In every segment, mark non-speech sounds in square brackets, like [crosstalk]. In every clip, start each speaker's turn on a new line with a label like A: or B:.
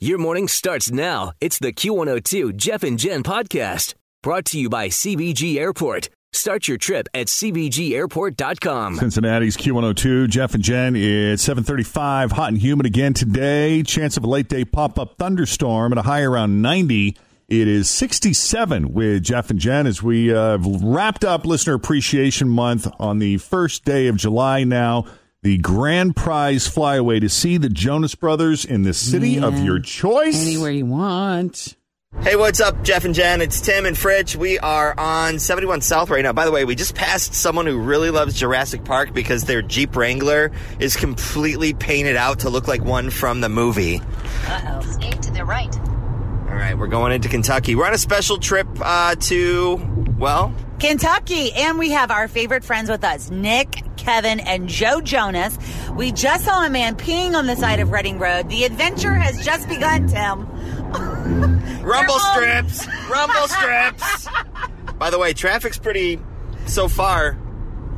A: Your morning starts now. It's the Q102 Jeff and Jen podcast brought to you by CBG Airport. Start your trip at CBGAirport.com.
B: Cincinnati's Q102, Jeff and Jen. It's 735, hot and humid again today. Chance of a late day pop-up thunderstorm at a high around 90. It is 67 with Jeff and Jen as we uh, have wrapped up Listener Appreciation Month on the first day of July now. The grand prize flyaway to see the Jonas Brothers in the city of your choice.
C: Anywhere you want.
D: Hey, what's up, Jeff and Jen? It's Tim and Fritch. We are on 71 South right now. By the way, we just passed someone who really loves Jurassic Park because their Jeep Wrangler is completely painted out to look like one from the movie.
E: Uh-oh. Skate to the right.
D: All right, we're going into Kentucky. We're on a special trip uh, to, well,
F: Kentucky, and we have our favorite friends with us, Nick, Kevin, and Joe Jonas. We just saw a man peeing on the side of Reading Road. The adventure has just begun, Tim.
D: rumble
F: Rumble.
D: strips. Rumble strips. By the way, traffic's pretty, so far,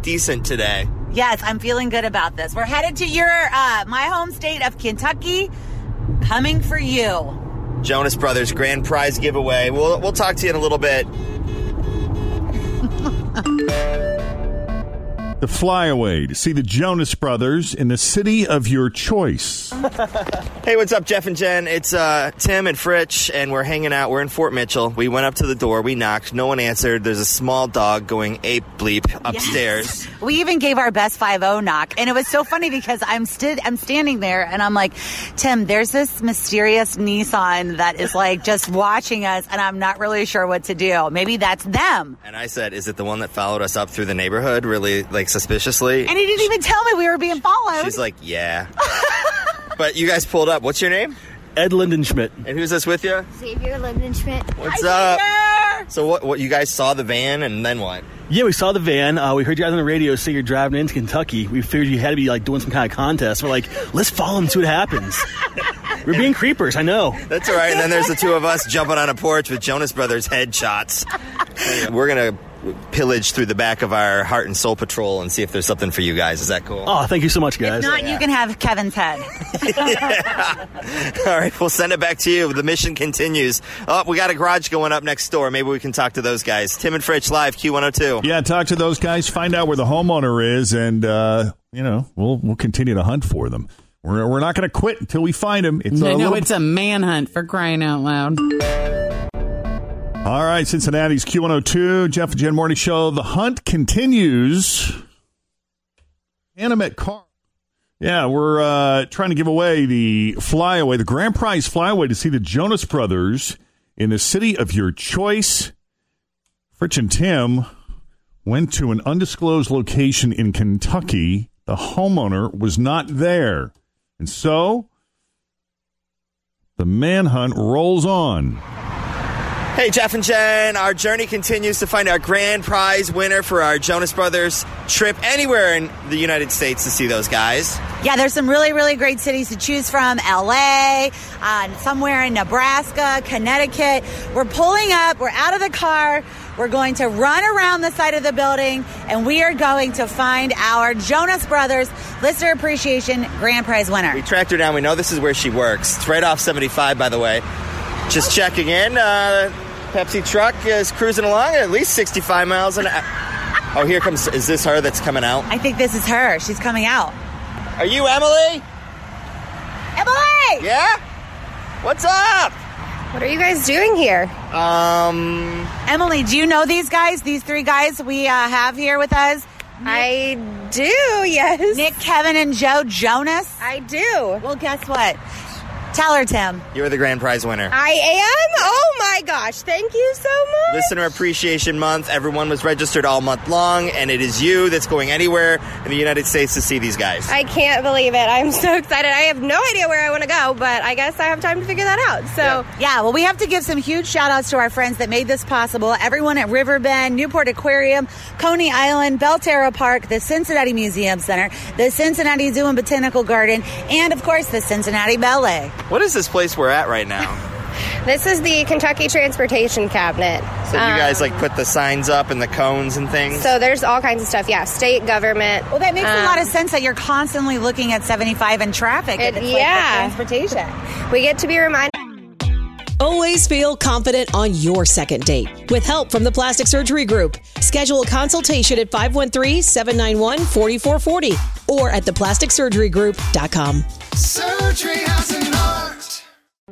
D: decent today.
F: Yes, I'm feeling good about this. We're headed to your uh, my home state of Kentucky, coming for you.
D: Jonas Brothers grand prize giveaway. We'll, we'll talk to you in a little bit.
B: The flyaway to see the Jonas Brothers in the city of your choice.
D: Hey, what's up, Jeff and Jen? It's uh, Tim and Fritch, and we're hanging out. We're in Fort Mitchell. We went up to the door, we knocked, no one answered. There's a small dog going ape bleep upstairs.
F: We even gave our best 5-0 knock, and it was so funny because I'm stood, I'm standing there, and I'm like, Tim, there's this mysterious Nissan that is like just watching us, and I'm not really sure what to do. Maybe that's them.
D: And I said, Is it the one that followed us up through the neighborhood really, like, suspiciously?
F: And he didn't even tell me we were being followed.
D: She's like, Yeah. but you guys pulled up. What's your name?
G: Ed Lindenschmidt.
D: And who's this with you?
E: Xavier Lindenschmidt.
D: What's up?
F: Xavier!
D: So, what, what, you guys saw the van, and then what?
G: Yeah, we saw the van. Uh, we heard you guys on the radio say you're driving into Kentucky. We figured you had to be like doing some kind of contest. We're like, let's follow him, see what happens. [laughs] We're being creepers, I know.
D: That's all right. And then there's the two of us jumping on a porch with Jonas Brothers headshots. We're going to pillage through the back of our Heart and Soul Patrol and see if there's something for you guys. Is that cool? All
G: Oh, thank you so much, guys.
F: Not you can have Kevin's head.
D: right. We'll send it back to you. The mission continues. Oh, we got a garage going up next door. Maybe we can talk to those guys. Tim and Fritch live, Q102.
B: Yeah, talk to those guys, find out where the homeowner is, and uh, you know we'll we'll continue to hunt for them. We're, we're not going to quit until we find them. It's a
H: No, no,
B: little-
H: it's a manhunt for crying out loud.
B: all right. Cincinnati's Q102, Jeff and Jen Morning Show. The hunt continues. Animate car. Yeah, we're uh, trying to give away the flyaway, the grand prize flyaway to see the Jonas Brothers in the city of your choice. Fritch and Tim went to an undisclosed location in Kentucky. The homeowner was not there. And so the manhunt rolls on.
D: Hey, Jeff and Jen, our journey continues to find our grand prize winner for our Jonas Brothers trip anywhere in the United States to see those guys.
F: yeah, there's some really, really great cities to choose from. LA, uh, somewhere in Nebraska, Connecticut. We're pulling up. We're out of the car. We're going to run around the side of the building and we are going to find our Jonas Brothers Listener Appreciation Grand Prize
D: We
F: winner.
D: tracked her down. We know this is where she works. It's right off 75, by the way. Just checking in. Uh, Pepsi truck is cruising along at least 65 miles an hour. Oh, here comes. Is this her that's coming out?
F: I think this is her. She's coming out.
D: Are you Emily?
F: Emily!
D: Yeah? What's up?
I: What are you guys doing here?
D: Um,
F: Emily, do you know these guys? These three guys we uh, have here with us?
I: I do, [laughs] yes.
F: Nick, Kevin, and Joe Jonas.
I: I do.
F: Well, guess what? Tell her, Tim.
D: you're the grand prize winner.
I: I am? Oh my gosh, thank you so much.
D: Listener Appreciation Month. Everyone was registered all month long, and it is you that's going anywhere in the United States to see these guys.
I: I can't believe it. I'm so excited. I have no idea where I want to go, but I guess I have time to figure that out. So,
F: Yeah, well, we have to give some huge shout outs to our friends that made this possible. Everyone at Riverbend, Newport Aquarium, Coney Island, Belterra Park, the Cincinnati Museum Center, the Cincinnati Zoo and Botanical Garden, and of course, the Cincinnati Ballet.
D: What is this place we're at right now?
I: this is the Kentucky Transportation Cabinet. Um,
D: So you
I: Uh,
D: guys like put the signs up and the cones and things.
I: So, there's all kinds of stuff. Yeah, state government.
F: Well, that makes a
I: Um,
F: lot of sense that you're constantly looking at 75 and traffic. and it's
I: It-
F: like the
I: yeah.
F: transportation.
I: We get to be reminded.
J: Always feel confident on your second date with help from the Plastic Surgery Group. Schedule a consultation at 513 791 4440 or at theplasticsurgerygroup.com.
K: Surgery has an art.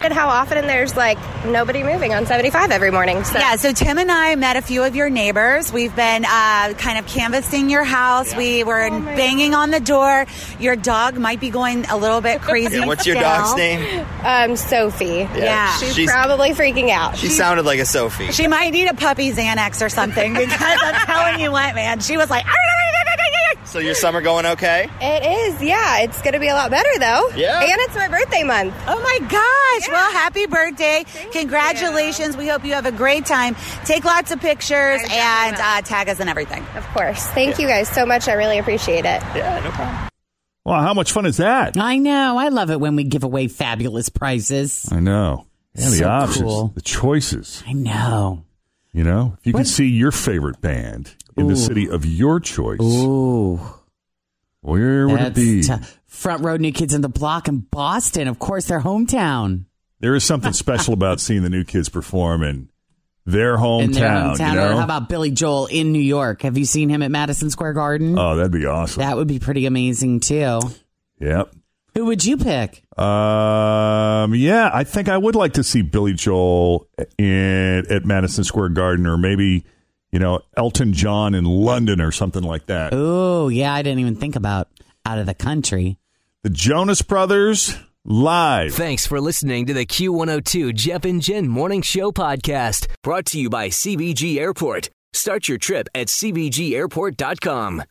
I: And how often there's like nobody moving on 75 every morning. So.
F: Yeah, so Tim and I met a few of your neighbors. We've been uh, kind of canvassing your house. We were banging on the door. Your dog might be going a little [laughs] bit crazy.
D: And what's your
F: still.
D: dog's name?
I: Um, Sophie.
F: Yeah.
I: She's,
D: She's-
I: probably freaking out.
D: She sounded like a Sophie.
F: She might need a puppy Xanax or something because I'm telling you what, man. She was like,
D: So your summer going okay?
I: It is, yeah. It's going to be a lot better though.
D: Yeah.
I: And it's my birthday month.
F: oh my gosh. Well, happy birthday. Congratulations. We hope you have a great time. Take lots of pictures and uh, tag us and everything.
I: Of course. Thank you guys so much. I really appreciate it.
D: Yeah, no problem.
B: Wow, how much fun is that?
H: I know. I love it when we give away fabulous prizes.
B: I know. Yeah, the
H: So
B: options,
H: cool.
B: the choices.
H: I know.
B: You know, if you can see your favorite band in
H: Ooh.
B: the city of your choice,
H: Ooh.
B: where would
H: That's
B: it be?
H: tou- Front row new kids in the block in Boston, of course, their hometown.
B: There is something special about seeing the new kids perform in their hometown.
H: in their hometown.
B: you
H: Or
B: know?
H: how about Billy Joel in New York? Have you seen him at Madison Square Garden?
B: oh, that'd be awesome.
H: that would be pretty amazing too.
B: yep.
H: Who would you pick?
B: Um. Yeah, I think I would like to see Billy Joel in at Madison Square Garden, or maybe you know Elton John in London, or something like that.
H: Oh, yeah, I didn't even think about out of the country.
B: The Jonas Brothers live.
A: Thanks for listening to the Q102 Jeff and Jen Morning Show podcast, brought to you by CBG Airport. Start your trip at CBGAirport.com.